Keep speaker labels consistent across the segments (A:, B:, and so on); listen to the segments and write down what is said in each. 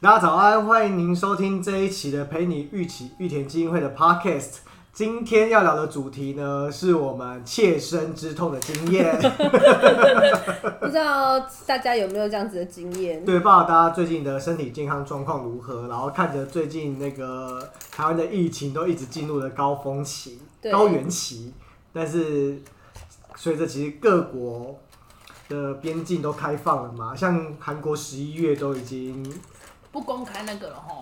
A: 大家早安，欢迎您收听这一期的陪你一起玉田基金会的 Podcast。今天要聊的主题呢，是我们切身之痛的经 验。
B: 不知道大家有没有这样子的经验？
A: 对，不知道大家最近的身体健康状况如何？然后看着最近那个台湾的疫情都一直进入了高峰期、
B: 对
A: 高原期，但是随着其实各国的边境都开放了嘛，像韩国十一月都已经
C: 不公开那个了哈，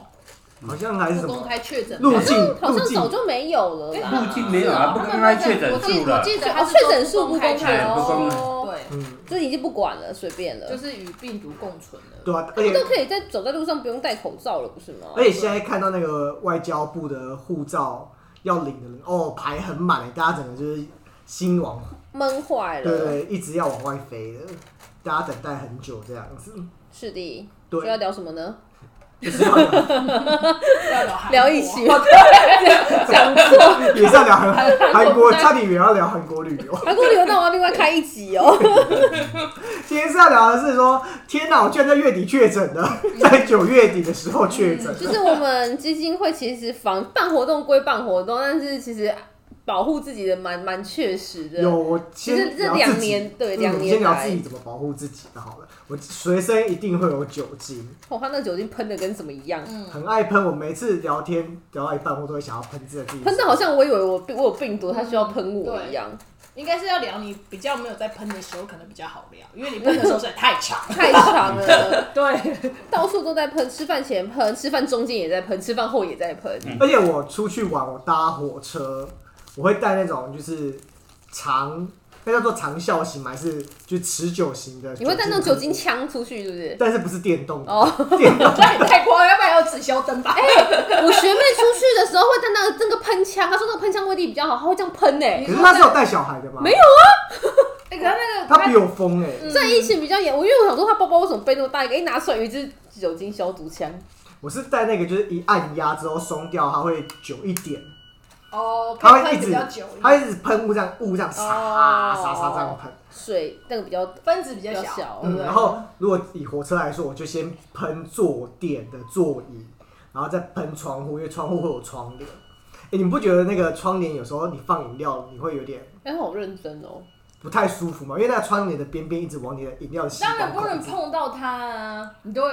A: 好像还是
C: 不
A: 什
C: 公
A: 么
C: 开确诊
A: 入
B: 好
A: 境
B: 像好
A: 入
B: 像
A: 境
B: 早就没有了
C: 哎
B: 啦。
C: 入
D: 目镜没有啊，不公开确诊
C: 我记
D: 数
C: 我
D: 了。
C: 记得
B: 哦
C: 他，是
B: 确
C: 说
B: 诊数不公
C: 公
B: 开
C: 开
D: 不公开
B: 哦，
C: 对，
A: 嗯，
B: 就已经不管了，随便了
C: 就。是与病毒共存了。
A: 对啊，而
B: 他们
A: 且哎
B: 都可以在走在路上不用戴口罩了，不是吗？
A: 而且现在看到那个外交部的护照要领的人，哦，排很满欸大家整个就是心往
B: 闷坏
A: 对
B: 了。
A: 对，一直要往外飞的，大家等待很久这样子。
B: 是的。
A: 对
B: 所以要聊什么呢？
C: 要聊韩国啊
B: 聊疫， 情。
A: 也是要聊韩
C: 韩
A: 韩
C: 国
A: 国，
C: 不在
A: 差点也要聊韩国旅游。
B: 韩国旅游，那我要另外开一集哦。
A: 今天是要聊的是说，天哪，我居然在月底确诊了，在九月底的时候确诊。
B: 嗯就是我们基金会其实防办活动归办活动，但是其实保护自己的蛮蛮确实的。
A: 有，我
B: 其实
A: 先
B: 这
A: 聊
B: 两
A: 自己。
B: 年，对
A: 嗯
B: 两
A: 我
B: 年
A: 先聊自
B: 来
A: 己，怎么保护自己的好了。我随身一定会有酒精，
B: 哦，他那酒精喷的跟什么一样，
C: 嗯，
A: 很爱喷。我每次聊天聊到一半，我都会想要喷自己。
B: 喷的好像我以为我病我有病毒，他需要喷我一样，。
C: 应该是要聊你比较没有在喷的时候，可能比较好聊，因为你喷的时候实在太长
B: 太长了，
C: 对，
B: 到处都在喷，吃饭前喷，吃饭中间也在喷，吃饭后也在喷，
C: 嗯
A: 而且我出去玩，我搭火车，我会带那种就是长，那叫做长效型吗还是就持久型的？
B: 你会带那种酒精，枪出去是不是？
A: 但是不是电动的？
B: 哦，
A: 电动
C: 那也太夸张，要不然要紫消灯吧？
B: 哎我学妹出去的时候会带那个那个喷枪，她说那个喷枪威力比较好，她会这样喷呢、欸
C: 你
A: 可是
C: 说
A: 那是 有带小孩的吗？
B: 没有啊嗯
C: 哎，可是那个
A: 他比我疯哎、
B: 虽然疫情比较严，我因为我想说她包包为什么背那么大一个，一拿出来有一支酒精消毒枪，
A: 我是带那个，就是一按压之后松掉，它会久一点，
C: 哦，
A: 它
C: 可
A: 会
C: 以
A: 一
C: 喷
A: 直
C: 比较久，
A: 它一直喷雾这样雾这样沙
B: 哦
A: 沙沙这样喷。
B: 水那个比较比
C: 分子比较
B: 较
C: 小，
B: 小，啊
A: 嗯，然后如果以火车来说，我就先喷坐垫的座椅，然后再喷窗户，因为窗户会有窗帘。哎、你们不觉得那个窗帘有时候你放饮料，你会有点
B: 哎，好认真哦。
A: 不太舒服吗？因为那个窗帘的边边一直往你的饮料吸
C: 当然
A: 管
C: 不能
A: 控制。
C: 碰到它啊，你都会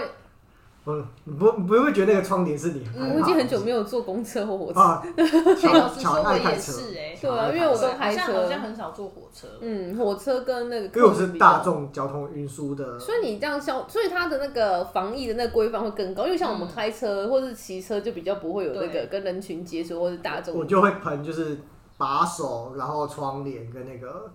A: 嗯，你不你不会觉得那个窗帘是你很害怕的
B: 嗯我已经很久没有坐公车或火车，
A: 啊，
C: 哎
A: 乔
C: 老实
A: 乔
C: 说，我
A: 爱开
C: 也
A: 车，
C: 是哎，
B: 对啊，因为我都
C: 好
B: 开
C: 像好像
B: 车，
C: 很少坐火车，
B: 嗯，火车跟那个，
A: 因为我是大，众交通运输的，
B: 所以你这样消，所以它的那个防疫的那个规范会更高，因为像我们
C: 嗯
B: 开车或是骑车就比较不会有那个
C: 对
B: 跟人群接触或是大众，
A: 我就会喷就是把手，然后窗帘跟那个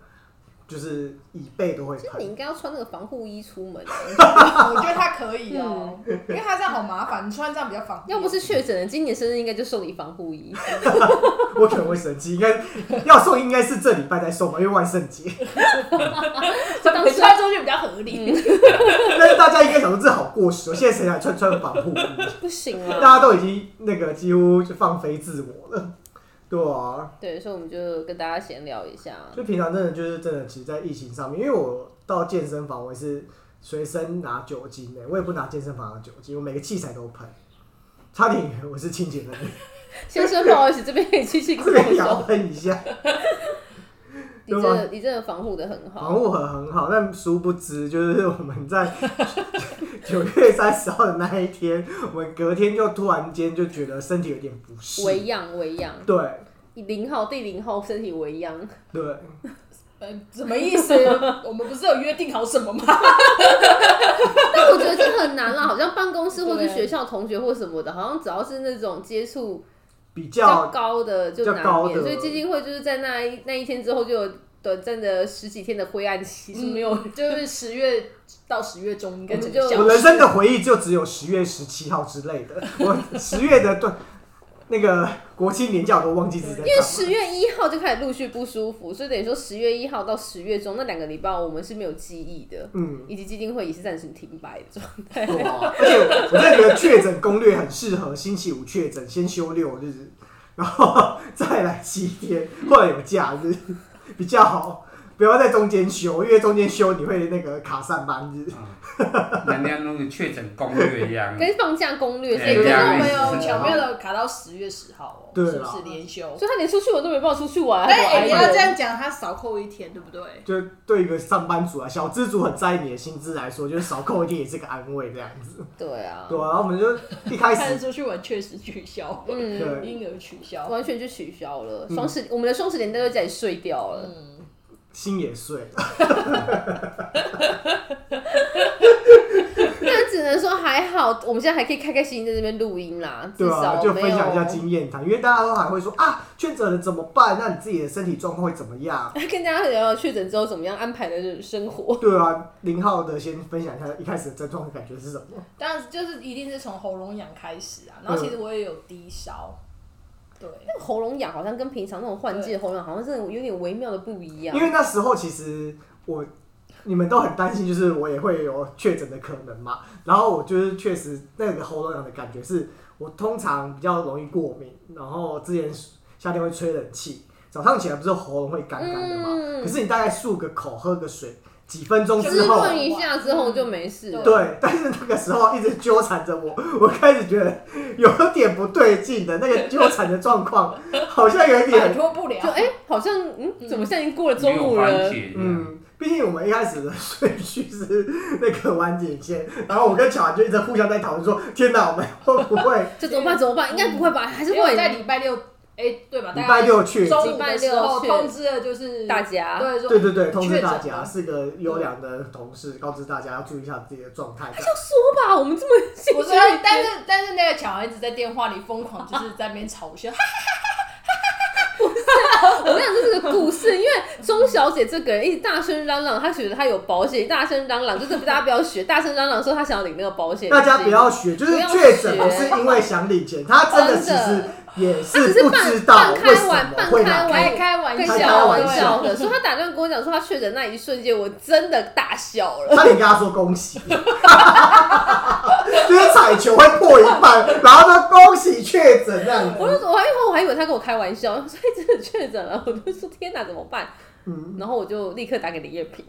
A: 就是椅背都会
B: 其实你
A: 喷。
B: 应该要穿那个防护衣出门，啊
C: 我觉得他可以哦、因为他这样好麻烦，你穿这样比较方便。
B: 嗯要不是确诊了，今年生日应该就送你防 护衣，
A: 我可能会生气，应该要送应该是这礼拜再送吧，因为万圣节。
B: 当时
C: 穿出去比较合理，
A: 但是大家应该想说这好过时哦，现在谁还穿穿防护衣？
B: 不行
A: 大
B: 啊，
A: 家都已经那个几乎就放飞自我了，对啊。
B: 对，所以我们就跟大家闲聊一下，
A: 所以平常真的就是真的，其实，在疫情上面，因为我到健身房我也是随身拿酒精的、我也不拿健身房的酒精，我每个器材都喷，差点以为我是清洁人员，
B: 先生不好意思，这边可以去去
A: 这
B: 跟
A: 边
B: 我
A: 也要
C: 啊
B: 说，
A: 喷一下。
B: 你真的你真的防护的很好
A: 防。护很很好，但殊不知就是我们在 九月三十号的那一天，我们隔天就突然间就觉得身体有点不适，
B: 微恙，微恙，
A: 对
B: 零号第零号身体微恙，
A: 对，
C: 呃，什么意 思？我们不是有约定好什么吗？
B: 但我觉得这很难啦，好像办公室或是
C: 对
B: 学校同学或什么的，好像只要是那种接触
A: 比
B: 比较
A: 较
B: 高的
A: 比
B: 就
A: 较
B: 难
A: 高
B: 免，
A: 的
B: 所以基金会就是在那一那一天之后就有短暂的十几天的灰暗期
A: 嗯
B: 是 没有，
C: 嗯 就是十月到十月中应该
B: 我们就
A: 我人生的回忆就只有十月十七号之类的，我十月的对那个国庆年假我都忘记自己在
B: 因为
A: 干
B: 十
A: 嘛。
B: 月一号就开始陆续不舒服，所以等于说十月一号到十月中那两个礼拜我们是没有记忆的，
A: 嗯，
B: 以及基金会也是暂时停摆的状态。
A: 对啊而且我真的觉得确诊攻略很适合星期五确诊，先休六 日，然后再来七天，或者有假日比较好，不要在中间修，因为中间修你会那个卡上班日。
D: 人家那个确诊攻略一样，
B: 跟放假攻略
C: 哎
B: 是
D: 对
B: 一
C: 可是我
B: 样
E: 啊
D: 对
B: 的。
C: 们有巧妙的卡到十月十号哦，
A: 对啦
C: 是不是连休？
B: 所以他连出去玩都没办法出去玩，
C: 但
B: 还给我
C: 哎，
B: 挨
C: 你要
B: 饿
C: 这样讲，他少扣一天，对不对？
A: 就对一个上班族啊，小资族很在意你的薪资来说，就是少扣一点也是个安慰这样子。
B: 对啊，
A: 对啊，然后我们就一开
C: 看
A: 始
C: 出去玩确实取消，
B: 嗯，
A: 对
C: 婴儿取消。
B: 完全就取消了。
A: 嗯
B: 双十我们的双十连假就在家里睡掉了。
C: 嗯，
A: 心也碎了，
B: 那只能说还好，我们现在还可以开开心心在这边录音啦，至
A: 对啊，
B: 少
A: 就
B: 没
A: 分
B: 有
A: 享一下经验谈，因为大家都还会说啊，确诊了怎么办？那你自己的身体状况会怎么样？
B: 跟大家聊聊确诊之后怎么样安排的生活。
A: 对啊，零号的先分享一下一开始的症状的感觉是什么？
C: 当然就是一定是从喉咙痒开始啊，然后其实我也有低烧，对，
B: 那个喉咙痒好像跟平常那种换季的喉咙痒好像真的有点微妙的不一
C: 啊
B: 样
A: 因。为那时候其实我你们都很担心，就是我也会有确诊的可能嘛。然后我就是确实那个喉咙痒的感觉是，我通常比较容易过敏，然后之前夏天会吹冷气，早上起来不是喉咙会干干的嘛，
B: 嗯
A: 可是你大概漱个口、喝个水，几分钟
C: 就
A: 之
B: 滋
C: 是
A: 后。
B: 润一下之后就没事了。
A: 对，但是那个时候一直纠缠着我，我开始觉得有点不对劲的，那个纠缠的状况好像有一
C: 摆
A: 点
C: 脱不了
B: 就。哎、好像嗯，怎么现在已经过了
D: 没
B: 中
D: 有
B: 午
D: 缓
B: 了？
D: 解。嗯，
A: 嗯，毕竟我们一开始的顺序是那个晚景线，然后我跟小韩就一直互相在讨论说：“天哪，我们会不会
B: 这怎么办？怎么办？应该不会吧？还是
C: 因为我在
B: 会
C: 礼拜六，哎，对吧？
A: 礼
C: 大
A: 拜
C: 概
A: 六去？”
C: 中午的时候
B: 礼拜六去
C: 通知了，就是
B: 大家？
C: 对
A: 对
C: 说
A: 对对，通知
C: 确诊
A: 大
C: 了
A: 家是个优良的同事，告知大家要注意一下自己的状态。
B: 要说吧，我们这么 心
C: 我
B: 虚
C: 说，但是但是那个小孩子在电话里疯狂，就是在那边嘲笑，
B: 我跟你讲，这是个故事，因为钟小姐这个人一直大声嚷嚷，她觉得她有保险，大声嚷嚷，就是大家不要学，大声嚷嚷说她想要领那个保险金，
A: 大家不要学，就是
B: 不要
A: 确诊
B: 学
A: 不是因为想领钱，他真的其实也
B: 真的
A: 不
B: 他
A: 知
B: 只啊是
A: 道
B: 半
A: 为什
B: 半
A: 么
B: 开玩
A: 会
B: 半
A: 拿
B: 开玩
A: 开。
C: 开开玩
B: 跟
A: 开
B: 小
A: 开
B: 玩
A: 玩
B: 笑
A: 笑
B: 的，所以她打断跟我讲说，她确诊那一瞬间，我真的大笑了。
A: 差点跟他说恭喜， 就是彩球会破一半，然后说恭喜确诊这样
B: 我
A: 子。
B: 就说，我还因为我还以为她跟我开玩笑，所以真的确诊了，我就说天哪，怎么办？
A: 嗯，
B: 然后我就立刻打给林叶萍，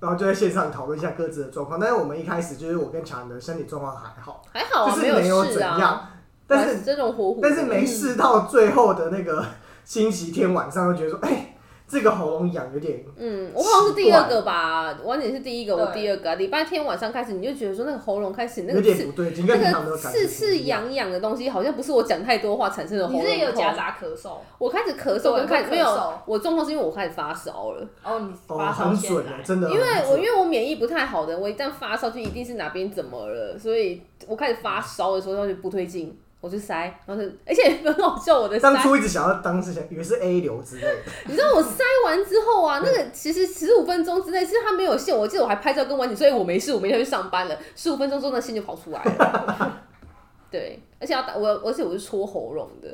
A: 然后就在线上讨论一下各自的状况。但是我们一开始就是我跟强的身体状况 还好，
B: 还好啊，
A: 就是
B: 没
A: 没有
B: 事
A: 怎
B: 啊，
A: 样，但是
B: 这种火虎，
A: 但是没事到最后的那个星期天晚上，就觉得说，哎、这个喉咙痒有点
B: 嗯，我好像是第二个吧，王姐是第一个，我第二个啊。礼拜天晚上开始，你就觉得说那个喉咙开始那
A: 有
B: 个
A: 点
B: 刺
A: 不对劲，
B: 那
A: 跟平常没有
B: 个
A: 感觉
B: 刺
A: 不
B: 刺
A: 一样。
B: 痒痒的东西，好像不是我讲太多话产生的 喉
C: 你
B: 咙
C: 是有夹
B: 痛。啊
C: 杂咳嗽
B: 我开始咳嗽
C: 对
B: 跟开始
C: 会咳
B: 没有
C: 嗽，
B: 我状况是因为我开始发烧了，
C: 哦，你
A: 哦，
C: 发烧
A: 很
C: 先
A: 准
C: 来
A: 的，，真的
B: 因
A: 很
B: 为
A: 准。
B: 我因为我免疫不太好的，我一旦发烧就一定是哪边怎么了，所以我开始发烧的时候它就不对劲，我就塞，然后就而且很好笑，我的塞
A: 当初一直想要当之前以为是 A 流之类的，
B: 你知道我塞完之后啊，那个其实十五分钟之内，其实它没有线。我记得我还拍照跟婉姐说，哎、我没事，我明天要去上班了。十五分钟之后，那线就跑出来了。 对，而且要打我，而且我是戳喉咙的。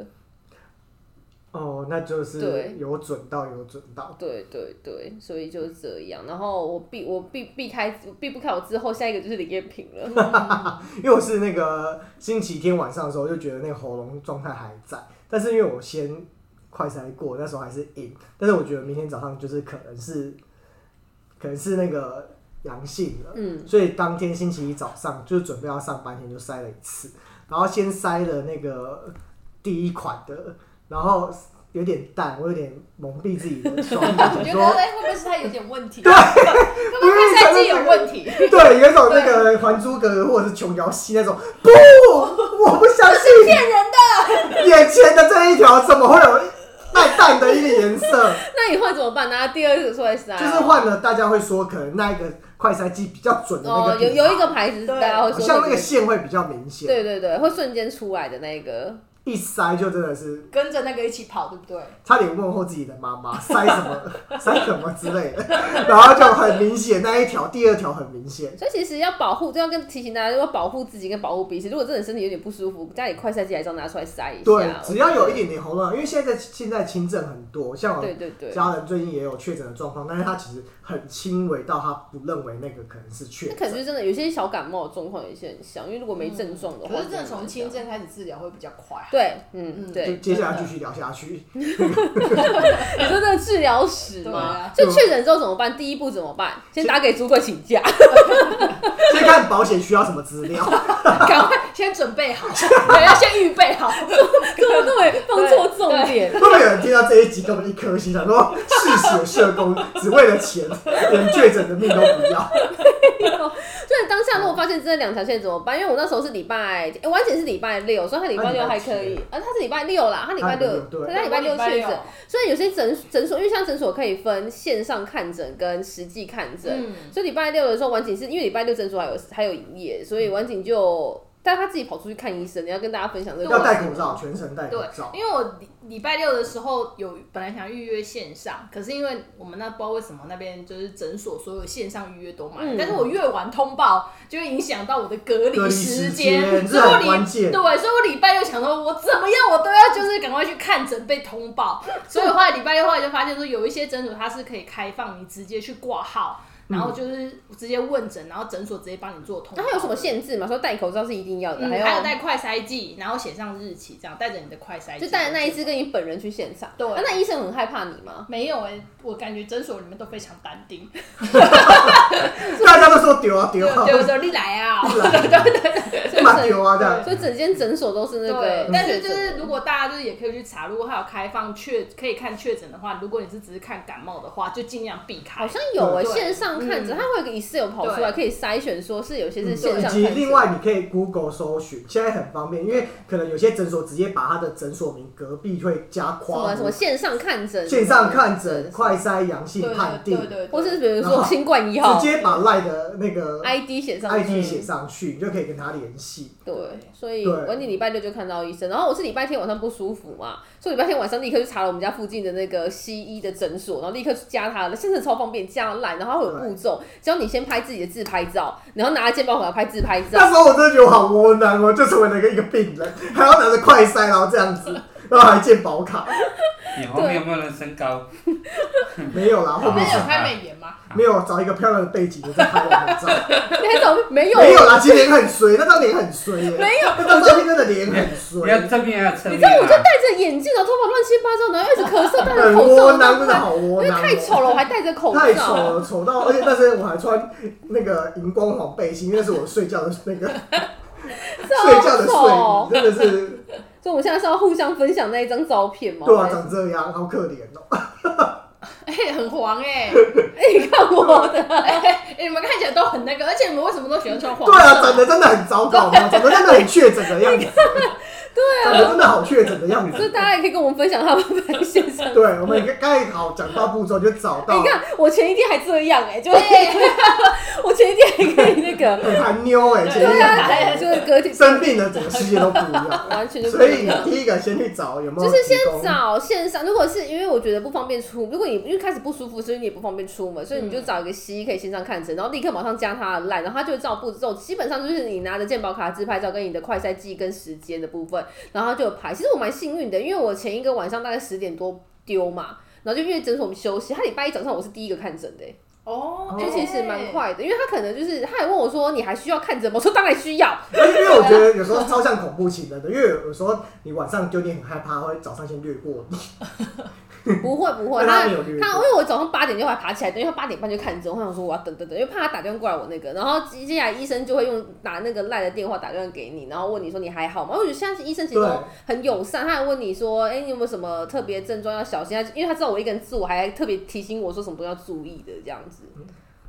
A: 哦，那就是
B: 对
A: 有准到有准到。
B: 对对对，所以就是这样。然后我避我避避开避不开我之后，下一个就是林彦平了。
A: 因为我是那个星期天晚上的时候就觉得那个喉咙状态还在，但是因为我先快筛过，那时候还是阴，但是我觉得明天早上就是可能是可能是那个阳性了，
B: 嗯，
A: 所以当天星期一早上就是准备要上班前就筛了一次，然后先筛了那个第一款的，然后有点淡，我有点蒙蔽自己的双眼，
C: 我
A: 想
C: 觉得
A: 说。啊
C: 哎，会不会是他有点问 题？对，会不 会 是他自己有问题？
A: 对，有一种那个《还珠格格》或者是琼瑶戏那种，不，我不相信，骗人的。眼前的这一条怎么会有淡淡的一个颜 色？
B: 那你换怎么办呢？拿第二个出来塞、
A: 就是换了，大家会说可能那一个快筛剂比较准的那
B: 哦
A: 个，品
B: 有
A: 牌，
B: 有一个牌子，大家会说
A: 像那
B: 这
A: 个线会比较明显，
B: 对对对，会瞬间出来的那个。
A: 一塞就真的是
C: 跟着那个一起跑，对不对？
A: 差点问候自己的妈妈， 塞什么塞什么之类的， 然后就很明显那一条，第二条很明显。
B: 所以其实要保护，就要跟提醒大家，要保护自己跟保护彼此。如果真的身体有点不舒服，家里快塞剂还是要拿出来塞一下。
A: 对，只要有一
B: 我
A: 点点喉咙，因为现在现在轻症很多，像我
B: 觉得，对对对，
A: 家人最近也有确诊的状况，但是他其实很轻微到他不认为那个可能是确
B: 那可能
A: 诊。
B: 就真的有些小感冒的状况，有些很像，因为如果没症状的话，
C: 嗯可是真的
B: 就
C: 从
B: 很
C: 轻
B: 像。
C: 症开始治疗会比较快，啊
B: 对，嗯，
E: 嗯
A: 就
B: 对，
A: 接下来继续聊下去。
B: 你说那个治疗史
E: 对
B: 吗
E: 啊？
B: 所以确诊之后怎么办？第一步怎么办？嗯先打给主管请假，
A: 先看保险需要什么资料，
B: 赶快
E: 先准备 好，对，要先预备 好。
B: 怎么那么放错重点？
A: 会不会有人听到这一集给我们一颗星，想说嗜血社工只为了钱，连确诊的命都不要？
B: 所以当下如果发现真的两条线怎么办？因为我那时候是礼拜，诶我安检是礼拜六，所以他礼拜六还可以，啊，他是礼啊拜六啦，他礼拜
A: 他
B: 六
A: 礼拜六，对
B: 他礼拜六确诊
E: 诊，，
B: 所以有些诊诊所，因为像诊所可以分线上看诊跟实际看诊，
E: 嗯，
B: 所以礼拜六的时候，晚景是因为礼拜六诊所还有还有营业，所以晚景就但他自己跑出去看医生，你要跟大家分享这个。
A: 要戴口罩，全程戴口
E: 对
A: 罩，。
E: 因为我礼礼拜六的时候有本来想预约线上，可是因为我们那不知道为什么那边就是诊所所有线上预约都满，
B: 嗯
E: 但是我越晚通报就会影响到我的隔
A: 隔
E: 离
A: 离
E: 时
A: 时
E: 间，
A: 间
E: 所以我
A: 这很关
E: 礼
A: 键
E: 对，所以我礼拜六想说，我怎么样我都要就是赶快去看诊被通 报，所以我后来礼拜六后来就发现说有一些诊所它是可以开放你直接去挂号。然后就是直接问诊，然后诊所直接帮你做
B: 嗯
E: 通报。
B: 那还有什么限制吗？说戴口罩是一定要的，
E: 嗯，
B: 还有
E: 还有带快筛剂，然后写上日期，这样带着你的快筛剂。
B: 就带那一次跟你本人去现场。
E: 对
B: 啊那医生很害怕你 吗？
E: 没有哎、我感觉诊所里面都非常淡 定，
A: 大家都说丢啊丢啊，
E: 对我说你来啊，
B: 所以
A: 蛮
B: 整
A: 丢啊这样。
B: 所以整间诊所都是那个
E: 对。但是就是如
B: 如
E: 果大家就是也可以去查，如果还有开放确可以看确诊的话，如果你是只是看感冒的话，就尽量避
B: 好
E: 开。
B: 像有
A: 嗯
B: 诶、
A: 对
B: 线上看诊，
E: 嗯
B: 它会有个 Excel 跑出来，可以筛选，说是有些是线
A: 嗯以
B: 上看
A: 及
B: 诊。
A: 另外，你可以 Google 搜寻，现在很方便，因为可能有些诊所直接把它的诊所名隔壁会加
B: 什
A: 括
B: 么什么
A: 弧，
B: 线上看诊、
A: 线上看诊、
B: 对
A: 快筛阳性
E: 对
A: 判
E: 对
A: 定
E: 对，对，
B: 或是比如
A: 然
B: 说
A: 后
B: 新冠一号
A: 直接把赖的那个
B: ID 写上去
A: ID 写上去，你就可以跟他联系。
B: 对
E: 对，
B: 所以
A: 对
B: 我你礼拜六就看到医生，然后我是礼拜天晚上不舒服嘛，所以礼拜天晚上立刻去查了我们家附近的那个西医的诊所，然后立刻去加他的，现在超方便，加烂，然后它会有步骤，只要你先拍自己的自拍照，然后拿着健保卡拍自拍照
A: 那， 时候我真的觉得我好窝囊哦，就成为了一个一个病人， 还要拿着快筛，然后这样 子，然后还健保卡，
D: 你后
B: 嗯
D: 面有没有人身高？
A: 没有啦，后
E: 那
A: 面
E: 有开美颜吗？
A: 没有找一个漂亮的背景我再拍我 的照，
B: 你 还找没有？
A: 没有啦，其实脸很衰，那张脸很衰 耶，没有，那张照片真的脸很
D: 你要
A: 衰，
D: 正面还是侧
B: 你
D: 面
B: 知道我就
D: 啊？
B: 戴着眼镜，然后头发乱七八糟，然后一直咳嗽，戴着
A: 很
B: 口罩，
A: 窝
B: 然
A: 囊，
B: 后
A: 真的好窝
B: 因为
A: 囊哦，
B: 太丑了，我还戴着口罩，
A: 太丑了，丑到，而且那时候我还穿那个荧光黄背心，那是我睡觉的那个睡觉的
B: 超丑。哦
A: 睡衣，真的 是。
B: 所以我们现在是要互相分享那一张照片吗？
A: 对啊，长这样，好可怜哦。
E: 哎、 很黄哎、
B: 哎 你看我 的。
E: 哎、你们看起来都很那个，而且你们为什么都喜欢穿黄色？
A: 对啊，长得真的很糟糕 嘛，长得真的很确诊的样子。对啊，长得真的好确诊的样
B: 所
A: 子。
B: 以大家也可以跟我们分享他们拍线 上。
A: 对，我们刚才好讲到步骤，就找
B: 哎
A: 到
B: 你看我前一天还这样哎、就是 我前一天还可以那个，
A: 很含妞哎，其
B: 对啊，
A: 实
B: 哎就是隔天
A: 生病了，整个世界都不一样。
B: 完 全就不
A: 所以
B: 一
A: 你
B: 样。
A: 第一个先去找有没有
B: 就是先
A: 提供
B: 找线上，如果是因为我觉得不方便出，如果你因为开始不舒服，所以你也不方便出门，所以你就找一个西医可以线上看诊，然后立刻马上加他的 line，然后他就会照步骤，基本上就是你拿着健保卡自拍照跟你的快筛剂跟时间的部分，然后就有排。其实我蛮幸运的，因为我前一个晚上大概十点多丢嘛，然后就因为诊所我们休息，他礼拜一早上我是第一个看诊的、欸
E: 哦，
B: 就
E: 对
B: 其实蛮。 快的，因为他可能就是他还问我说你还需要看诊吗？我说当然需要，
A: 而且因为我觉得有时候超像恐怖情人的，因为有时候你晚上就你很害怕，会早上先略过你。
B: 不会 不会，
A: 那他
B: 他
A: 没有略
B: 他因
A: 过。
B: 为我早上八点就还爬起来，等于他八点半就看诊，我想说我要等等等，因为怕他打电话过来我那个，然后接下来医生就会用打那个赖的电话打电话给你，然后问你说你还好吗？我觉得现在医生其实
A: 对
B: 都很友善，他还问你说，哎、你有没有什么特别症状要小心？他因为他知道我一个人住，我还特别提醒我说什么都要注意的这样子，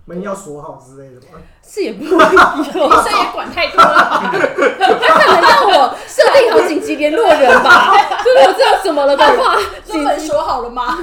A: 门要锁好之类的嘛。
B: 是也不一样，
E: 医生也管太多了，
B: 他可能让我设定好紧急联络人吧，就是我知道怎么了的话，
E: 说
B: 紧
E: 门锁好了吗？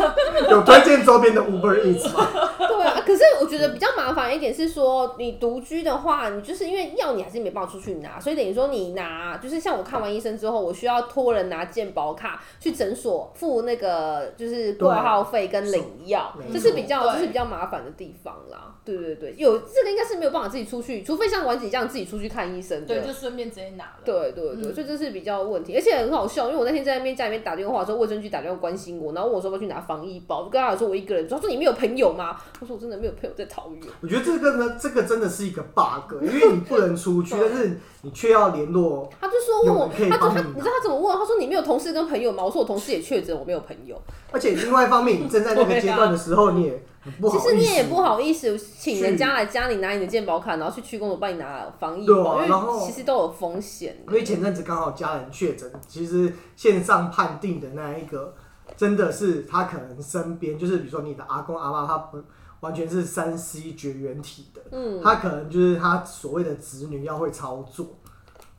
A: 有推荐周边的 Uber Eats 吗？
B: 对啊，可是我觉得比较麻烦一点是说，你独居的话，你就是因为药你还是没办法出去拿，所以等于说你拿，就是像我看完医生之后，我需要托人拿健保卡去诊所付那个就是挂号费跟领药
A: 没，错
B: 这是比较
E: 对
B: 这是比较麻烦的地方啦。对对对，有这个应该是没有办法自己出去，除非像婉姐这样自己出去看医生的
E: 对，。就顺便直接拿了。
B: 对对对，
E: 嗯
B: 所以这是比较问题，而且很好笑，因为我那天在那边家里面打电话的时候，卫生局打电话关心我，然后问我说要不要去拿防疫包，我就跟他讲说我一个人住，他说你没有朋友吗？我说我真的没有有朋友在桃园。
A: 我觉得这个呢，这个真的是一个 bug，因为你不能出 去，但是你却要联络。
B: 他就说问
A: 有
B: 我，
A: 人可以
B: 他就
A: 帮
B: 他，
A: 你吗
B: 你知道他怎么问？他说你没有同事跟朋友吗？我说我同事也确诊，我没有朋友。
A: 而且另外一方面，你正在那个阶段的时候，你也很不好
B: 其
A: 意思。
B: 实你也不好意思请
A: 去
B: 人家来家里拿你的健保卡，然后去区公所帮你拿防疫
A: 对啊
B: 包，因
A: 然后
B: 为其实都有风险的。
A: 因为前阵子刚好家人确诊，其实线上判定的那一个，真的是他可能身边，就是比如说你的阿公阿妈，他不完全是三 C 绝缘体的，
B: 嗯，
A: 他可能就是他所谓的子女要会操作，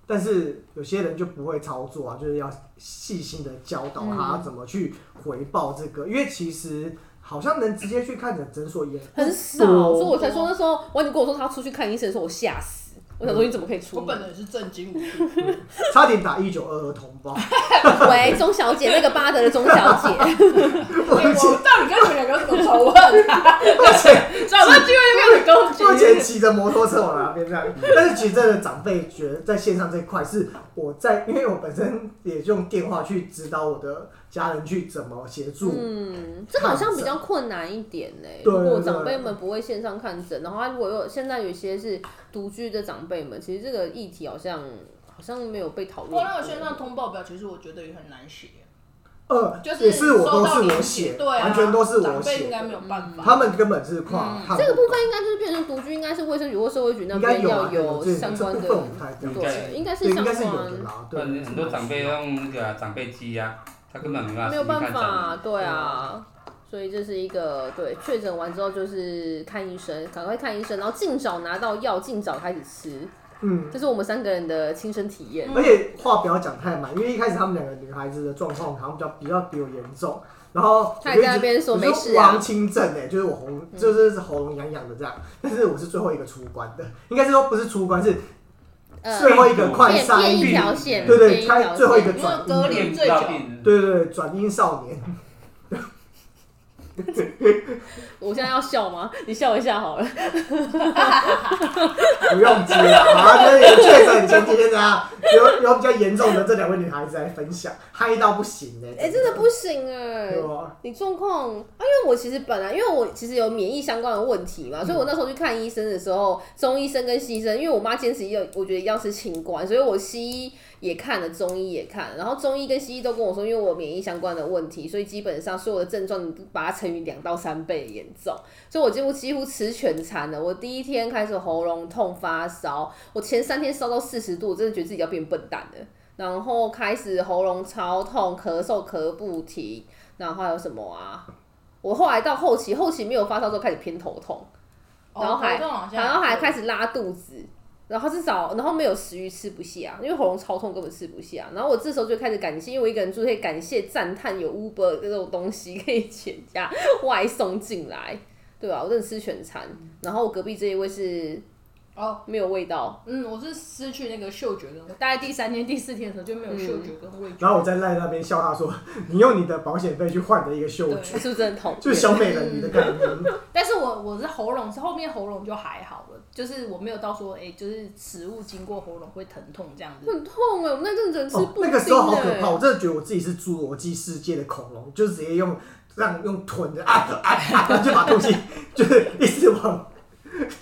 A: 但是有些人就不会操作啊，就是要细心的教导他怎么去回报这个，因为其实好像能直接去看诊诊所也
B: 很少，
A: 多
B: 所以我才说那时候，完你跟我说他出去看医生的时候，我吓死。我 想说你怎么可以出
E: 我本
B: 门？
E: 人是震惊 无比，
A: 差点打一九二二通报，
B: 喂，钟小姐，那个巴德的钟小姐，
E: 我到底跟你们两个有什么仇恨啊？
A: 而且
E: 早上聚会又没有攻
A: 目
E: 击，
A: 前骑着摩托车往哪边这样，但是其实真的长辈觉得在线上这块是我在，因为我本身也用电话去指导我的家人去怎么协助，
B: 嗯，这好像比较困难一点呢、
A: 对
B: 如果
A: 对
B: 长辈们不会线上看诊，然后他如果有现在有些是独居的长辈们，其实这个议题好像好像没有被讨
E: 不
B: 论
E: 过那
B: 过。
E: 个线上通报表，其实我觉得也很难写，
A: 呃，
E: 就是
A: 也是
E: 收
A: 我都
E: 到
A: 是我
E: 连
A: 写，
E: 对啊，
A: 完全都是我
E: 长辈
A: 写
E: 应该
A: 的，
E: 没有
B: 嗯
E: 办法。
A: 他们根本是跨
E: 嗯
A: 看
B: 这个
A: 不
B: 部
A: 懂
B: 分应该就是变成独居，应该是卫生局或社会局那
A: 应该
B: 边
A: 有
B: 要
A: 啊，
B: 有
A: 这
B: 相关
A: 这部
B: 的
A: 分我不太
D: 应
A: 懂，
B: 对，
D: 该
B: 啊应该
A: 对
B: 是
A: 应
B: 相
A: 该是有
B: 关
A: 的，啦，对，
D: 很很多长辈用那个啊长辈机啊，他根本没办法
B: 没
D: 实
B: 有
D: 际看
B: 办
D: 诊。
B: 法，对啊。所以这是一个对确诊完之后就是看医生，赶快看医生，然后尽早拿到药，尽早开始吃，
A: 嗯。
B: 这是我们三个人的亲身体验。
A: 而且话不要讲太满，因为一开始他们两个女孩子的状况好像比较比较比我严重，然后
B: 她也在那边
A: 我就一直
B: 说
A: 我
B: 没
A: 是
B: 事啊嗯
A: 王清正哎、就是我喉就是喉咙痒痒的这样，但是我是最后一个出关的，应该是说不是出关，是
B: 呃，
A: 最后一个快
B: 变
A: 筛
B: 变一
A: 阴，
B: 条线，
A: 对
B: 变
A: 对，
B: 一条
A: 开
B: 线嗯
A: 最后一个
E: 因为
A: 转
E: 隔
A: 阴，
E: 离
D: 变不到病人，
A: 对对对，转阴少年，
B: 我现在要笑吗？你笑一下好了。
A: 不用接了，好，那有确诊前几天的啊，有有比较严重的这两位女孩子来分享，嗨到不行哎、
B: 哎、真的不行哎、
A: 对吧？
B: 你状况啊，因为我其实本来因为我其实有免疫相关的问题嘛，所以我那时候去看医生的时候，中医生跟西医生，因为我妈坚持要我觉得要吃清冠，所以我西医也看了，中医也看，然后中医跟西医都跟我说，因为我有免疫相关的问题，所以基本上所有的症状你把它乘以两到三倍严重，所以我几乎几乎吃全餐了。我第一天开始喉咙痛发烧，我前三天烧到四十度，我真的觉得自己要变笨蛋了。然后开始喉咙超痛，咳嗽咳不停，然后还有什么啊？我后来到后期，后期没有发烧之后开始偏头痛，
E: 哦
B: 然后还、
E: 头痛好像
B: 然后还开始拉肚子，然后至少然后没有食欲，吃不下，因为喉咙超痛，根本吃不下。然后我这时候就开始感谢，因为我一个人住，可以感谢赞叹有 Uber 这种东西可以全家外送进来，对吧、我真的吃全餐。然后我隔壁这一位是
E: 哦，
B: 没有味道，
E: 嗯，我是失去那个嗅觉跟，大概第三天、第四天的时候就没有
B: 嗯
E: 嗅觉跟味觉。
A: 然后我在赖那边笑他说，你用你的保险费去换的一个嗅觉。
E: 对
B: 我是不是真的讨厌？
A: 就是小美人鱼的概 念，
E: 但是我我是喉咙是后面喉咙就还好了，就是我没有到说哎、就是食物经过喉咙会疼痛这样子。
B: 很痛哎、我那阵子只能吃
A: 哦
B: 布丁、欸
A: 那个时候好可怕，我真的觉得我自己是侏罗纪世界的恐龙，就直接用让用吞的啊啊啊，然后就把东西就是一直往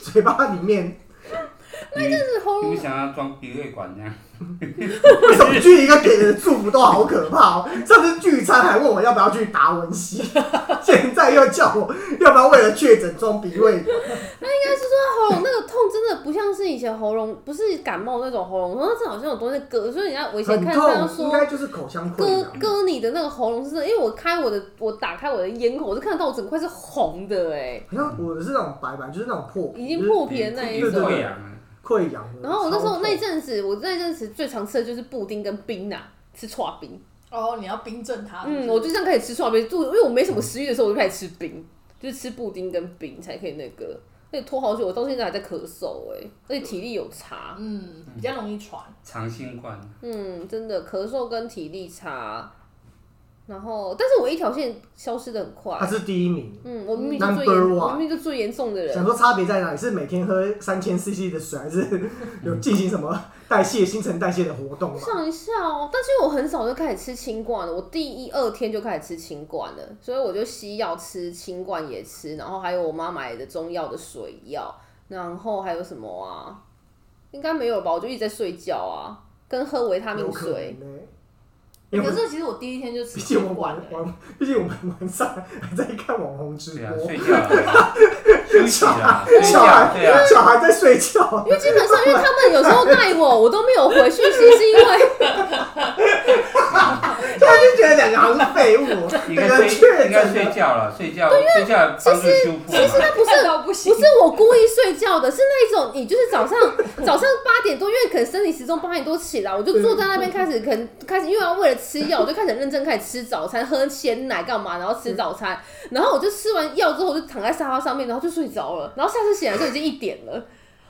A: 嘴巴里面，
D: 你
B: 是喉
D: 你
B: 咙
D: 不想要装鼻胃管这样？
A: 为什么距离跟给人的祝福都好可怕哦？上次聚餐还问我要不要去达文 西，现在又叫我要不要为了确诊装鼻胃管，
B: 应该是说喉咙那个痛真的不像是以前喉咙，不是感冒那种喉咙，然后这好像有东西割，所以人家我以前
A: 很
B: 看他
A: 痛，应
B: 说
A: 该就是口腔溃
B: 割
A: 疡。
B: 割你的那个喉咙是真的，因为我开我的我打开我的咽口，我就看得到我整块是红的哎、
A: 你看我的是那种白白，就是那种破，
B: 已经破皮的那一
A: 对对
B: 种
A: 对。
D: 溃
A: 就
D: 疡啊，
A: 是溃疡的。
B: 然后我那时
A: 超
B: 候
A: 痛
B: 那一阵子，我那一阵子最常吃的就是布丁跟冰呐、吃串冰。
E: 哦，你要冰镇它。是
B: 嗯，
E: 不是
B: 我就这样开始吃串冰，就因为我没什么食欲的时候，我就开始吃冰，就是吃布丁跟冰才可以那个。那个拖好久，我到现在还在咳嗽哎、而且体力有差。
E: 嗯比较容易传。
D: 长新冠。
B: 嗯，真的咳嗽跟体力差，然后，但是我一条线消失的很快
A: 他。是第一名。
B: 嗯，我明明就最严
A: Number one
B: 我明明就最严重的人
A: 想。说差别在哪里？是每天喝三千 CC 的水，还 是有进行什么代谢、新陈代谢的活动吗？
B: 想一下哦，但是我很早就开始吃清罐了，我第一二天就开始吃清罐了，所以我就西药吃，清罐也吃，然后还有我妈买的中药的水药，然后还有什么啊？应该没有吧？我就一直在睡觉啊，跟喝维他
A: 有
B: 命
A: 可能
B: 水。
A: 呢、因为
E: 可
A: 我
E: 是其实欸我第一天就吃
A: 毕竟我
E: 清
A: 们
E: 罐了
A: 晚晚，毕竟我们晚上还在看网红直
D: 对
B: 哦
D: 啊，
A: 播，
D: 睡 觉了，休息啊，睡
A: 小
D: 觉，对啊
A: 孩，小孩在睡觉
E: 啊
B: 因，为基本上，因为他们 有时候赖我，我都没有回讯息，是因为
A: 突然就觉得两个好像废物哦，
D: 应
A: 两
D: 该
A: 个
D: 睡，
A: 确
D: 应该
A: 诊
D: 睡
A: 的。
D: 觉了，睡觉，睡觉帮助修复
B: 其实
D: 嘛。
B: 那不是
E: 看到不行
B: 不是我故意睡觉的，是那一种你就是早上早上八点多，因为可能生理时钟八点多起来，我就坐在那边开始，可能开始因为要为了吃药，我就开始很认真开始吃早餐，喝鲜奶干嘛，然后吃早餐，然后我就吃完药之后我就躺在沙发上面，然后就睡着了，然后下次醒来就已经一点了，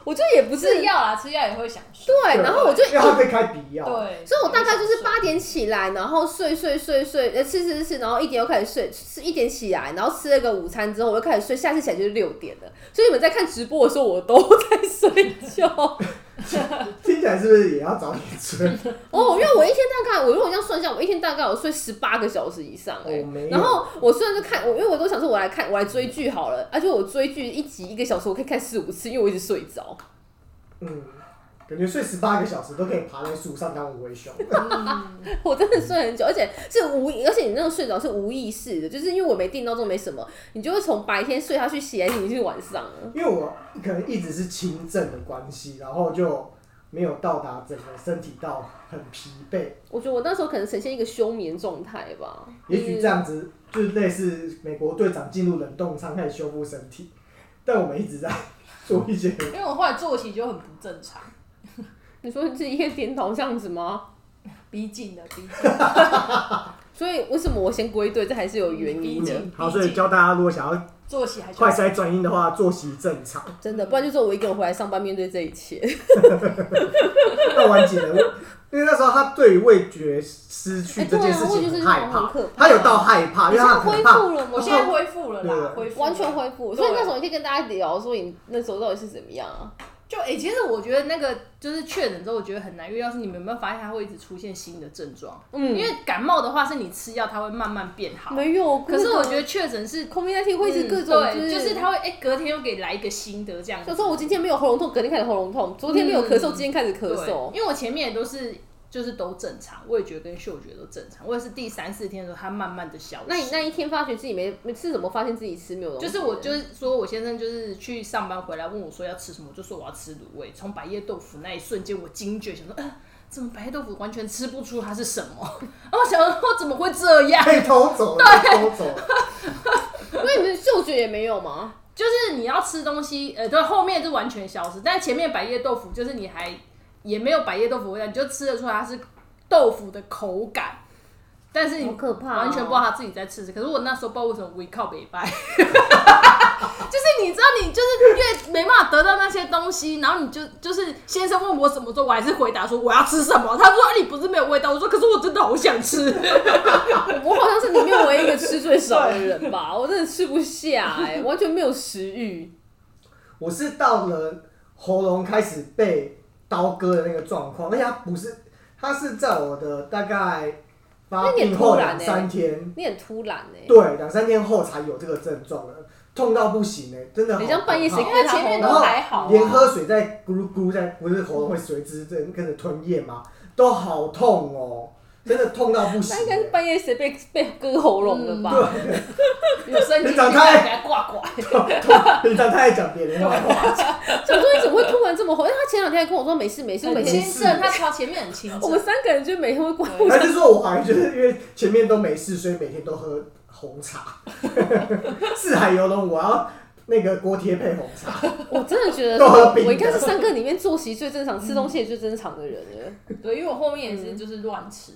B: 我就也不是
E: 吃药啦，吃药也会想睡。
B: 对，然后我就
A: 因为他被开鼻药，
E: 对，
B: 所以我大概
A: 哦啊
B: 就是八点起来，然后睡睡睡睡，呃吃吃吃，然后一点又开始睡，吃一点起来，然后吃了个午餐之后，我又开始睡，下次起来就是六点了。所以你们在看直播的时候，我都在睡觉。
A: 听起来是不是也要早点睡？
B: 哦，因为我一天大概，我如果这样算一下，我一天大概有睡十八个小时以上、哎、
A: 哦没有
B: 然后我虽然就看我，因为我都想说我来看我来追剧好了，而且我追剧一集一个小时，我可以看四五次，因为我一直睡着。
A: 嗯，感觉睡十八个小时都可以爬在树上当无尾熊。
B: 我真的睡很久，而且是无，而且你那个睡着是无意识的，就是因为我没定闹钟，没什么，你就会从白天睡下去，起来你是晚上啊了。
A: 因为我可能一直是轻症的关系，然后就没有到达整个身体到很疲惫，
B: 我觉得我那时候可能呈现一个休眠状态吧，
A: 也许这样子就是类似美国队长进入冷冻舱开始修复身体，但我们一直在做一 些
E: 因为我后来作息就很不正常，
B: 你说这一夜颠倒这样子吗？
E: 逼近的逼近。
B: 所以为什么我先归队，这还是有原因的，
E: 嗯
A: 好，所以教大家如果想要
E: 作息还是
A: 快筛转阴的话，作息正 常。
E: 嗯
B: 真的，不然就是我一个人回来上班，面对这一切。
A: 那完结了，因为那时候他对于味觉失去这件事
B: 哎对啊味觉
A: 情
B: 失去
A: 很害
B: 很
A: 怕
B: 可怕，
A: 他有到害
E: 啊
A: 怕，因为他
B: 你
A: 很
B: 现在恢
A: 怕
B: 复了吗
E: 我现在恢复了啦，
A: 对
E: 恢复
B: 完全恢复，所以
E: 对
B: 那时候你可以跟大家聊说你那时候到底是怎么样啊？
E: 就诶、其实我觉得那个就是确诊之后，我觉得很难。因为要是你们有没有发现，它会一直出现新的症状？
B: 嗯
E: 因为感冒的话是你吃药，它会慢慢变好。
B: 没有，
E: 可是我觉得确诊是嗯
B: 空面那天会是各种、
E: 对，就是它会诶、隔天又给来一个新的这样子
B: 就。说我今天没有喉咙痛，隔天开始喉咙痛；昨天没有咳嗽，今天开始咳
E: 嗯对
B: 嗽。
E: 因为我前面也都是就是都正常，味觉跟嗅觉都正常。我也是第三四天的时候，它慢慢的消失。
B: 那你那一天发觉自己没没是怎么发现自己吃没有东西的？
E: 就是我就是说，我先生就是去上班回来问我说要吃什么，我就说我要吃卤味。从百叶豆腐那一瞬间，我惊觉想说，呃，怎么百叶豆腐完全吃不出它是什么？ 然后我想说哦怎么会这样？
A: 被偷走了，被偷走了。
B: 因为你们嗅觉也没有嘛。
E: 就是你要吃东西，呃，对，后面就完全消失，但前面百叶豆腐就是你还也没有百叶豆腐味道，你就吃得出来它是豆腐的口感。但是你
B: 好可怕哦
E: 完全不知道他自己在吃什么。可是我那时候不知道为什么我一靠北拜，就是你知道，你就是越没办法得到那些东西，然后你就就是先生问我什么时候，我还是回答说我要吃什么。他说、啊、你不是没有味道，我说可是我真的好想吃。
B: 我好像是里面唯一一个吃最少的人吧，我真的吃不下哎、完全没有食欲。
A: 我是到了喉咙开始被刀割的那个状况，而且它不是，它是在我的大概发
B: 那你
A: 病
B: 很突
A: 后
B: 然
A: 两
B: 欸
A: 三天，
B: 你很突然哎、
A: 对，两三天后才有这个症状了，痛到不行哎、真的好可怕。
B: 你像半夜哎谁
E: 因
B: 割
E: 为
B: 他
E: 前面
B: 喉
A: 然后
B: 咙？
E: 都还好啊
A: 连喝水在咕噜咕噜在，不是喉咙会随之跟跟着吞咽吗？都好痛哦，真的痛到不行、
B: 那应该是
A: 欸。
B: 半夜谁被被割喉咙了吧？
E: 有生气
A: 嗯你长开
E: 给他挂挂。
A: 平常太爱讲别人坏话，
B: 想说你怎么会突然这么红？因为他前两天还跟我说没事没事，我每
E: 很
B: 天
E: 轻症，他朝前面 很轻
B: 我们
E: 症。
B: 三个人就每天会关
A: 还是说我好像就是因为前面都没事，所以每天都喝红茶， 四海游龙，我要那个锅贴配红茶。
B: 我真的觉得
A: 都合并的
B: 我应该是三个里面作息最正常、吃东西也最正常的人了。
E: 对，因为我后面也
A: 嗯
E: 是就是乱吃，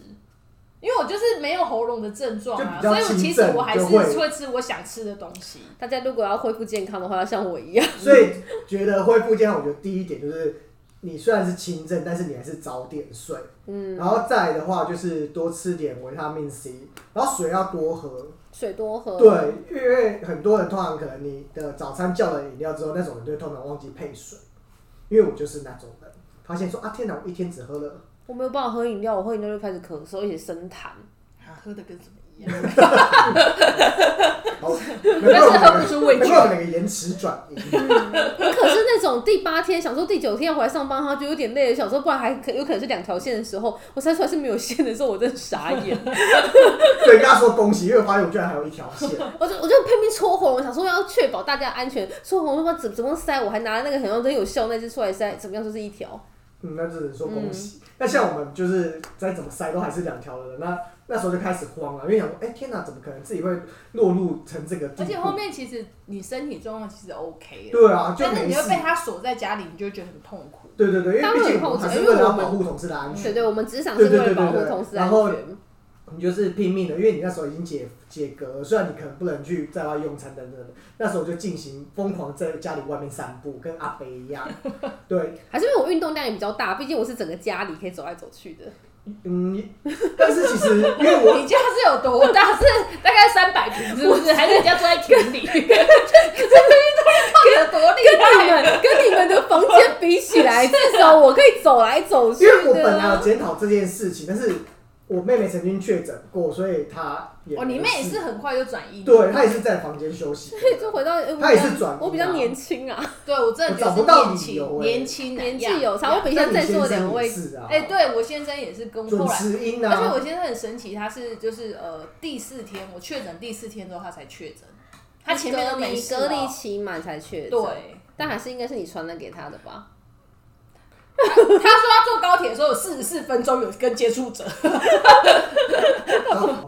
E: 因为我就是没有喉咙的症状啊，
A: 就比
E: 所
A: 较
E: 以我其
A: 轻
E: 实
A: 症
E: 我还是
A: 就会
E: 会吃我想吃的东西。
B: 大 家如果要恢复健康的话，要像我一样，
A: 所以觉得恢复健康，我觉得第一点就是你虽然是轻症，但是你还是早点睡。
B: 嗯，
A: 然后再来的话就是多吃点维他命 C，然后水要多喝。
B: 水多喝，
A: 对，因为很多人通常可能你的早餐叫了饮料之后，那种人就会通常忘记配水，因为我就是那种人。发现说啊，天哪，我一天只喝了，
B: 我没有办法喝饮料，我喝饮料就开始咳嗽，而且生痰。
E: 啊喝的跟什么一样？
A: 好，
E: 但
A: 但
E: 是喝不出味
A: 难
E: 觉。
A: 怪我们两个延迟转移。
B: 我可是那种第八天想说第九天要回来上班，他就有点累了，想说不然还可有可能是两条线的时候，我猜出来是没有线的时候，我真的傻 眼。
A: 对，跟他说恭喜，因为我发现我居然还有一条线。
B: 我就我就拼命戳喉咙，想说要确保大家安全，戳喉咙的话怎怎么塞，我还拿那个很像很有效那只出来塞，怎么样就是一条。
A: 嗯，那只能说恭喜。
E: 嗯
A: 那像我们就是再怎么塞都还是两条的人，那那时候就开始慌了，因为想说，哎、天哪，怎么可能自己会落入成这个地步？
E: 而且后面其实你身体状况其实 OK 的，
A: 对啊，就
E: 但是
A: 没
E: 你会
A: 事。
E: 被他锁在家里，你就会觉得很痛苦。
A: 对对对，因
B: 当
A: 为毕
B: 然
A: 竟
B: 很
A: 我们
B: 好
A: 还
B: 奇
A: 是
B: 因为
A: 为了要
B: 我们
A: 保护同事的安全，
B: 对对，我们职场是为了保护同事啊
A: 对对对对对然
B: 安
A: 后
B: 全。
A: 你就是拼命的，因为你那时候已经解解隔，虽然你可能不能去在外用餐等等的，那时候就进行疯狂在家里外面散步，跟阿飞一 样。对，
B: 还是因为我运动量也比较大，毕竟我是整个家里可以走来走去的。
A: 嗯，但是其实因为哎我
E: 你家是有多大？是大概三百平，是不是？还是人家住在田 里？真的运动有多厉
B: 跟
E: 害？
B: 你们跟你们的房间比起来，至少我可以走来走去
A: 因为我本
B: 的
A: 来有
B: 啊。
A: 检讨这件事情，但是我妹妹曾经确诊过，所以她也
E: 哦，你妹也
A: 没事
E: 是很快就转移。
A: 对，她也是在房间休 息。
B: 所以就回到呃
A: 她也是转移啊
B: 我比较年轻 啊，
E: 对我真的觉
A: 我找不到
E: 得是
A: 理由欸
E: 年轻，
B: 年
E: 年轻人
B: 纪
E: 一样
B: 有差，我比
A: 那
B: 现
A: 你
B: 在坐
A: 先
B: 两
A: 生也
B: 位。
A: 是啊，
E: 哎、对我先生也是跟
A: 准
E: 后来，
A: 时音
E: 而且
A: 啊
E: 我，先生很神奇，他是就是呃第四天我确诊第四天之后他才确诊，他前面都没
B: 你
E: 事、
B: 隔离
E: 哦。
B: 期满才确诊，
E: 对，
B: 但还是应该是你传染给他的吧？
E: 他说他坐高铁的时候有四十四分钟有跟接触者，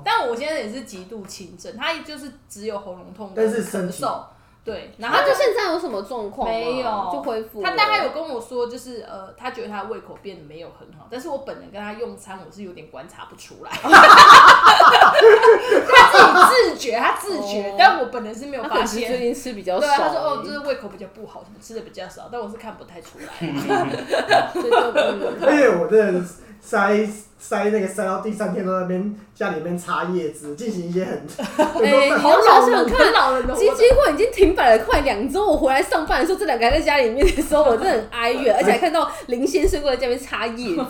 E: 但我先生也是极度轻症，他就是只有喉咙痛，
A: 但是身
E: 咳
A: 体
E: 嗽，对，然后
B: 他
E: 他就
B: 就是现在有什么状况吗
E: 没有
B: 就恢复了。
E: 他大概有跟我说，就是呃，他觉得他的胃口变得没有很好，但是我本人跟他用餐，我是有点观察不出来， 他自己自觉，他自觉，
B: 哦
E: 但我本人是没有
B: 他可
E: 发
B: 能是最
E: 现。
B: 近吃比较
E: 对
B: 少
E: 啊，
B: 而已。
E: 他说哦，就是胃口比较不好，什么吃的比较少，但我是看不太出
B: 嗯
E: 来。
B: 对就
A: 而且哎我真的塞塞那个塞到第三天都在那边家里面擦叶子，进行一些很 很
B: 哎
A: 多
B: 你要想想看
E: 很老人的
B: 嗯，基
E: 活动
B: 金会已经停摆了快两周，我回来上班的时候，这两个还在家里面的时候，我真的很哀 怨，而且还看到林先生过来家里面擦 叶子。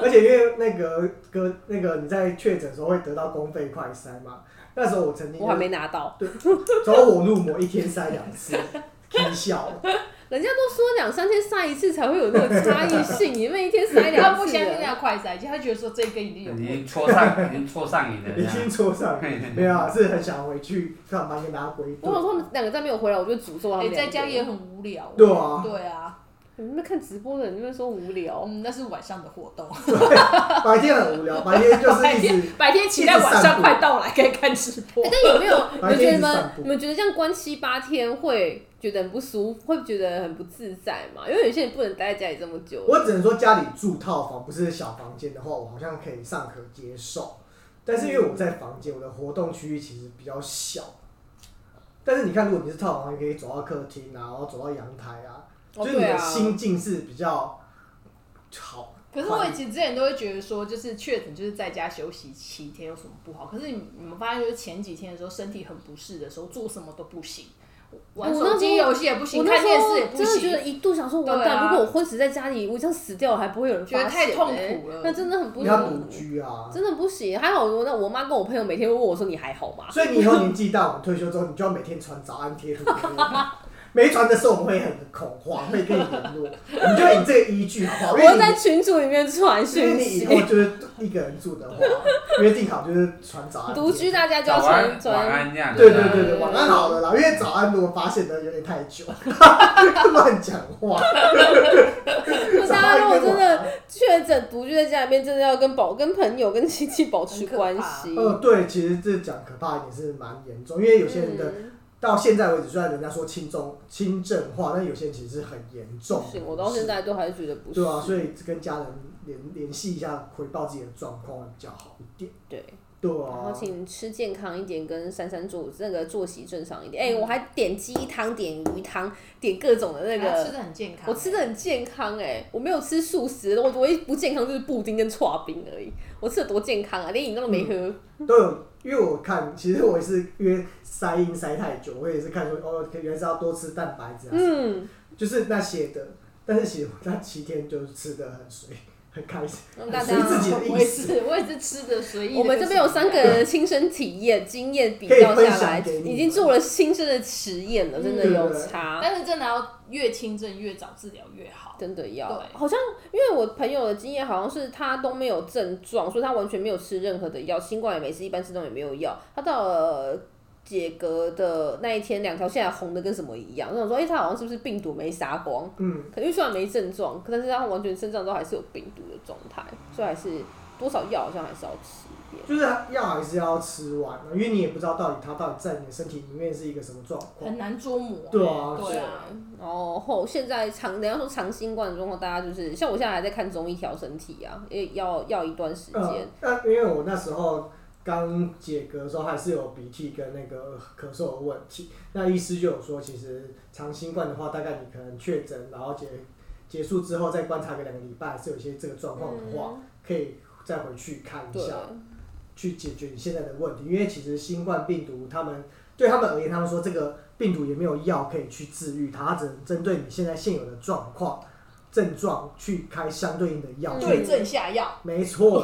A: 而且因为那个隔那个你在确诊的时候会得到公费快塞嘛，那时候我曾经
B: 我还没拿到。
A: 走火入魔，一天塞两次，踢笑了。
B: 人家都说两三天晒一次才会有那个差异性，你们一天晒
E: 他
B: 两
E: 不
B: 次
E: 相信
B: 了，
E: 那个快筛机，他觉得说这一根一定有
D: 已
E: 问题。
D: 经戳上，已经戳上 你了。
A: 已经戳上
D: 啊嘿嘿嘿
A: 没有啊，是很想回去上班跟大家归队
B: 我。想说两个再没有回来，我就诅咒他
E: 哎、
B: 们两个。
E: 在家 也很无聊、
A: 对啊
E: 对啊，
B: 你们看直播的，你们说无聊，
E: 嗯，那是晚上的活动，
A: 白天很无 聊，白天就是
E: 白
A: 一直
E: 天白天期待晚上快到来可以看直播
B: 哎、。但有没有你
A: 白
B: 们觉
A: 天一
B: 得你
A: 直
B: 们
A: 散步
B: 你们觉得这样关七八天会觉得很不舒服，会觉得很不自在吗？因为有些人不能待在家里这么久。
A: 我只能说家里住套房不是小房间的话，我好像可以尚可接受。但是因为我在房间，我的活动区域其实比较小。但是你看，如果你是套房，你可以走到客厅啊，然后走到阳台啊，
B: 哦
A: 就是你
B: 对
A: 的
B: 啊
A: 心境是比较好。
E: 可是我以前之前都会觉得说，就是确诊就是在家休息七天有什么不好？可是你你们发现，就是前几天的时候身体很不适的时候，做什么都不行，
B: 我
E: 玩
B: 那时候
E: 手机游戏也不行，
B: 我那
E: 看
B: 时
E: 电
B: 候
E: 视也不
B: 真的觉得
E: 行。
B: 一度想说，完
E: 对
B: 蛋！
E: 啊
B: 如果我昏死在家里，我这样死掉了，还不会有人发现、
E: 觉得太痛苦了
B: 哎那真的很不
A: 你
B: 舒
A: 要独
B: 服，
A: 居啊，
B: 真的不行。还好我那我妈跟我朋友每天会问我说：“你还好 吗
A: 所以你以后年纪大，我们退休之后，你就要每天传早安贴图给我。没传的时候，我们会很恐慌，会跟你联络。你就以这个依据好？”不好？
B: 我
A: 因为
B: 要
A: 你
B: 在群组里面传
A: 因为
B: 讯
A: 你以
B: 息，
A: 后就是一个人住的话，约定好就是传早安。
B: 独居。大家就要
D: 早
B: 传
D: 安，
B: 传
D: 晚安这样啊子。
A: 对对对对，晚安好了啦，因为早安如果发现的有点太久， 乱讲话。
B: 就大家如果真
A: 早安
B: 的确诊独居在家里面，真的要跟保跟朋友、跟亲戚保持
E: 很可
B: 关
E: 怕
B: 系。
A: 呃，对，其实这讲可怕一点是蛮严重，因为有些人的
B: 嗯
A: 到现在为止，虽然人家说轻重轻症化，但有些人其实是很严重
B: 不
A: 的。
B: 行，我到现。在都还是觉得不是。
A: 对啊啊，所以跟家人联联系一下，回报自己的状况会比较好一点。
B: 对
A: 对
B: 然后
A: 啊，
B: 请吃健康一点，跟珊珊作那个作息正常一
A: 嗯
B: 点。哎、我还点鸡汤、点鱼汤、点各种的那
E: 啊
C: 他吃
B: 个，
C: 的很健康，
B: 我吃的很健康哎、我没有吃素食，我唯一不健康就是布丁跟刨冰而已。我吃的多健康啊，连饮料都没喝。
A: 都有。因为我看，其实我也是因为塞硬塞太久，我也是看说哦，原来是要多吃蛋白质啊，
B: 嗯，
A: 就是那些的。但是其实我那七天就吃的很随， 很开心，
B: 那
A: 很
B: 大
A: 随
E: 哎
B: 家
A: 自己的
C: 我也
A: 意思。
C: 是，我也是吃的随意的。
B: 我们这边有三个人的亲身体验、经验比
A: 可以
B: 较
A: 分
B: 下
A: 享
B: 来，
A: 给你
B: 已经做了亲身的实验了，真的
A: 嗯
B: 有
A: 对对对
B: 差。
C: 但是真的要越轻症越早治疗越好。
B: 真的要欸
C: 对，
B: 好像因为我朋友的经验，好像是他都没有症状，所以他完全没有吃任何的药，新冠也没吃，一般吃东也没有药。他到了解隔的那一天，两条线还红的跟什么一样。我想说，哎、他好像是不是病毒没杀光？
A: 嗯，
B: 可能虽然没症状，可但是他完全身上都还是有病毒的状态，所以还是多少药好像还是要吃一点。
A: 就是药还是要吃完啊，因为你也不知道到底它到底在你的身体里面是一个什么状况
C: 很。难捉摸、
A: 对啊
C: 对啊，
B: 然后现在长，人家说长新冠的状况，大家就是像我现在还在看中医调身体啊，也要要一段时间。
A: 呃，那因为我那时候刚解隔的时候，还是有鼻涕跟那个咳嗽的问题。那医师就有说，其实长新冠的话，大概你可能确诊，然后结结束之后再观察个两个礼拜，是有一些这个状况的话，可以再回去看一
B: 嗯对
A: 下，去解决你现在的问题。因为其实新冠病毒，他们对他们而言，他们说这个病毒也没有药可以去治愈它，它只能针对你现在现有的状况。症状去开相对应的药，
B: 嗯
C: 对症下药。
A: 没错，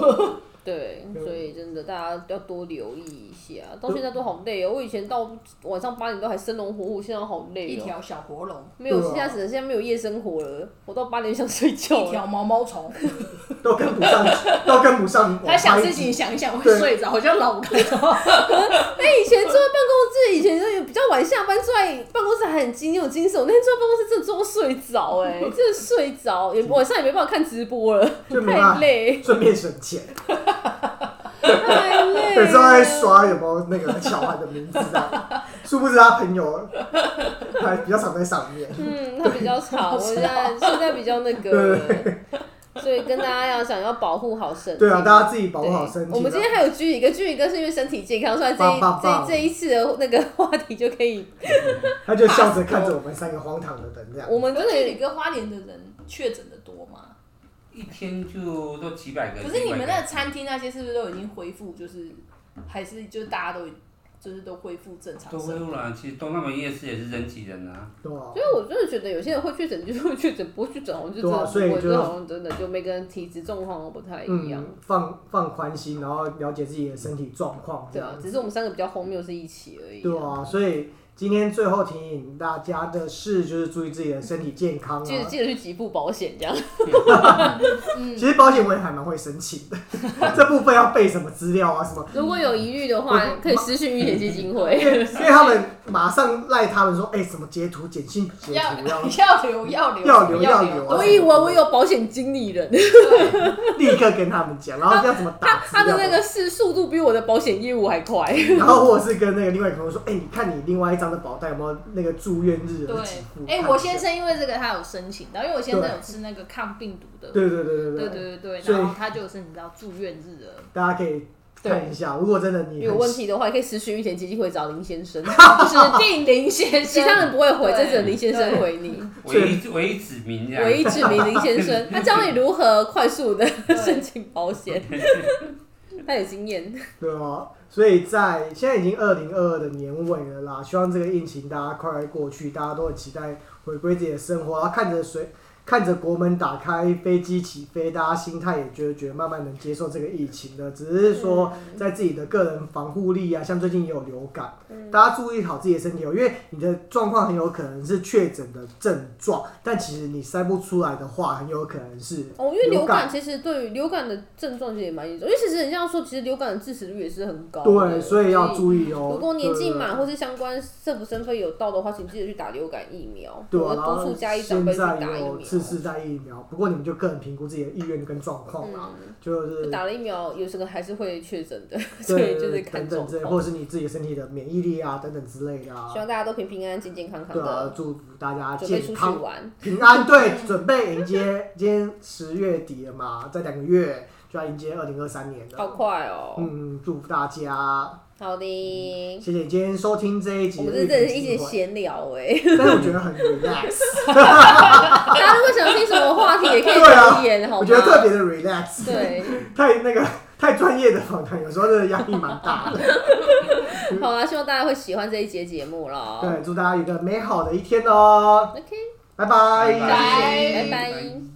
B: 对，
A: 对
B: 所以真的大家要多留意一下。到现在都好累哦，我以前到晚上八点都还生龙活虎，现在好累
C: 一
B: 哦。
C: 条小活龙，
B: 没有，
A: 对啊
B: 现在只能现在没有夜生活了，我到八点想睡觉
C: 一
B: 了。
C: 条毛毛虫，
A: 都跟不上，都跟不上。
C: 他想事情，想一想会睡着，好像老人。
B: 哎那以前坐在办公室，以前就比较晚下班，坐在办公室还很精有精神。我那天坐在办公室真的坐到睡着， 哎，真的睡着，也晚上也没办法看直播了，
A: 就没办
B: 太
A: 法
B: 累，
A: 顺便省钱，
B: 太累了。
A: 每次都在刷有没有那个小孩的名字 啊，殊不知他朋友还比较常在上面。
B: 嗯，它比较吵，我现在现在比较那个，所以跟大家要想要保护好身体。
A: 对啊，大家自己保护好身体啊。
B: 我们今天还有鞠一个，鞠一个是因为身体健康，所以这一
A: 棒棒棒
B: 这一这一次的那个话题就可 以，
A: 他就笑着看着我们三个荒唐的人这样。
B: 我们
C: 可
B: 真
C: 是你
B: 的
C: 跟花莲的人确诊的多吗？
D: 一天就都几百个。
C: 可是你
D: 几
C: 们
D: 百
C: 那
D: 个
C: 餐厅那些是不是都已经恢复？就是还是就是大家都就是都恢复正常
D: 都恢
C: 生活？
D: 复了，啊其实东大门夜市也是人挤人啊。
A: 对啊
B: 因，为我真的觉得有些人会确诊，就是会确诊，不会确诊好像就真
A: 对啊
B: 的
A: 所以
B: 不会，
A: 就
B: 就好像真的就每个人体质状况都不太一样。
A: 嗯，放放宽心，然后了解自己的身体状况这
B: 对
A: 样
B: 啊，。只是我们三个比较荒谬是一起而已、
A: 对啊，所以今天最后提醒大家的是，就是注意自己的身体健康
B: 记得
A: 啊。
B: 记得去给付保险这
A: 嗯
B: 样。
A: 其实保险我也还蛮会申请 的，这部分要备什么资料啊，什么
B: 如果有疑虑的
A: 话
B: 话，可以私讯遇险基金
A: 因
B: 会。
A: 为因为他们马上赖他们说，哎、什么截图、简讯截图
C: 要
A: 要
C: 要留要留
A: 要留
C: 要
A: 要留啊
B: 我以为我有保险经理人，
A: 立刻跟他们讲，然后要怎么打
B: 他
A: 资料，
B: 的那个是速度比我的保险业务还快。
A: 然后或者是跟那个另外一个朋友说，哎、你看你另外一张的保单有没有那个住院日有几户？
C: 对，哎、我先，生因为这个他有申请到，因为我先生有吃那个抗病毒的，
A: 对对对对
C: 对
A: 对
C: 对对对，
A: 所以
C: 然后他就有申请到住院日了。
A: 大家可以看一下，如果真的你
B: 有
A: 很
B: 问题的话，可以私讯遇险基金会找林先 生。
C: 指定林先生，
B: 其他人不会回，
C: 对
B: 这只有林先生回你。
D: 唯一唯一指名这样。
B: 唯一指名林先生，他教你如何快速的 申请保险， 他有经验。
A: 对哦，所以在现在已经二零二二的年尾了啦，希望这个疫情大家快快过去，大家都很期待回归自己的生活，然后看着水，看着国门打开，飞机起飞，大家心态也觉得觉得慢慢能接受这个疫情了，只是说
B: 嗯
A: 在自己的个人防护力啊，像最近也有流感，
B: 嗯
A: 大家注意好自己的身体哦，因为你的状况很有可能是确诊的症状，但其实你筛不出来的话，很有可能是
B: 哦，因为流
A: 流感
B: 感其实对于流感的症状其实也蛮严重，因为其实人家说，其实流感的致死率也是很高的。嗯
A: 对，所以要注意哦。
B: 如果年纪满
A: 对
B: 或是相关社福身份有到的话，请记得去打流感疫苗，
A: 对
B: 我
A: 啊，
B: 们
A: 然
B: 督
A: 后
B: 促家里长
A: 现
B: 辈去
A: 在
B: 打疫苗
A: 有。次世代疫苗，不过你们就个人评估自己的意愿跟状况啦，
B: 嗯，
A: 就是
B: 打了疫苗，有时候还是会确诊的， 所
A: 对
B: 以就是
A: 等
B: 看
A: 等
B: 状
A: 之类，
B: 况。
A: 或者是你自己身体的免疫力啊等等之类的啊
B: 希。望大家都平平安安、健健康康
A: 对啊，
B: 的，
A: 祝福大家
B: 准备出
A: 健
B: 去
A: 康
B: 玩。
A: 平安。对，准备迎接今天十月底了嘛，再两个月，就要迎接二零二三年
B: 好
A: 了。
B: 快哦！
A: 嗯，祝福大家，
B: 好的，
A: 谢谢你今天收听这一集
B: 我
A: 的
B: 们
A: 日
B: 这真的
A: 本
B: 是一
A: 智
B: 起
A: 慧，
B: 闲聊哎。
A: 但是我觉得很 relax，
B: 大家如果想听什么话题，也可以
A: 对啊
B: 留言，好
A: 我
B: 吗？
A: 觉得特别的 relax，，
B: 对，
A: 太那个 太专业的访谈，有时候真的压力蛮大的。
B: 好啊啦，希望大家会喜欢这一节节目啦。
A: 对，祝大家有一个美好的一天哦，
B: ，OK，
A: 拜拜
D: 拜
B: 拜拜。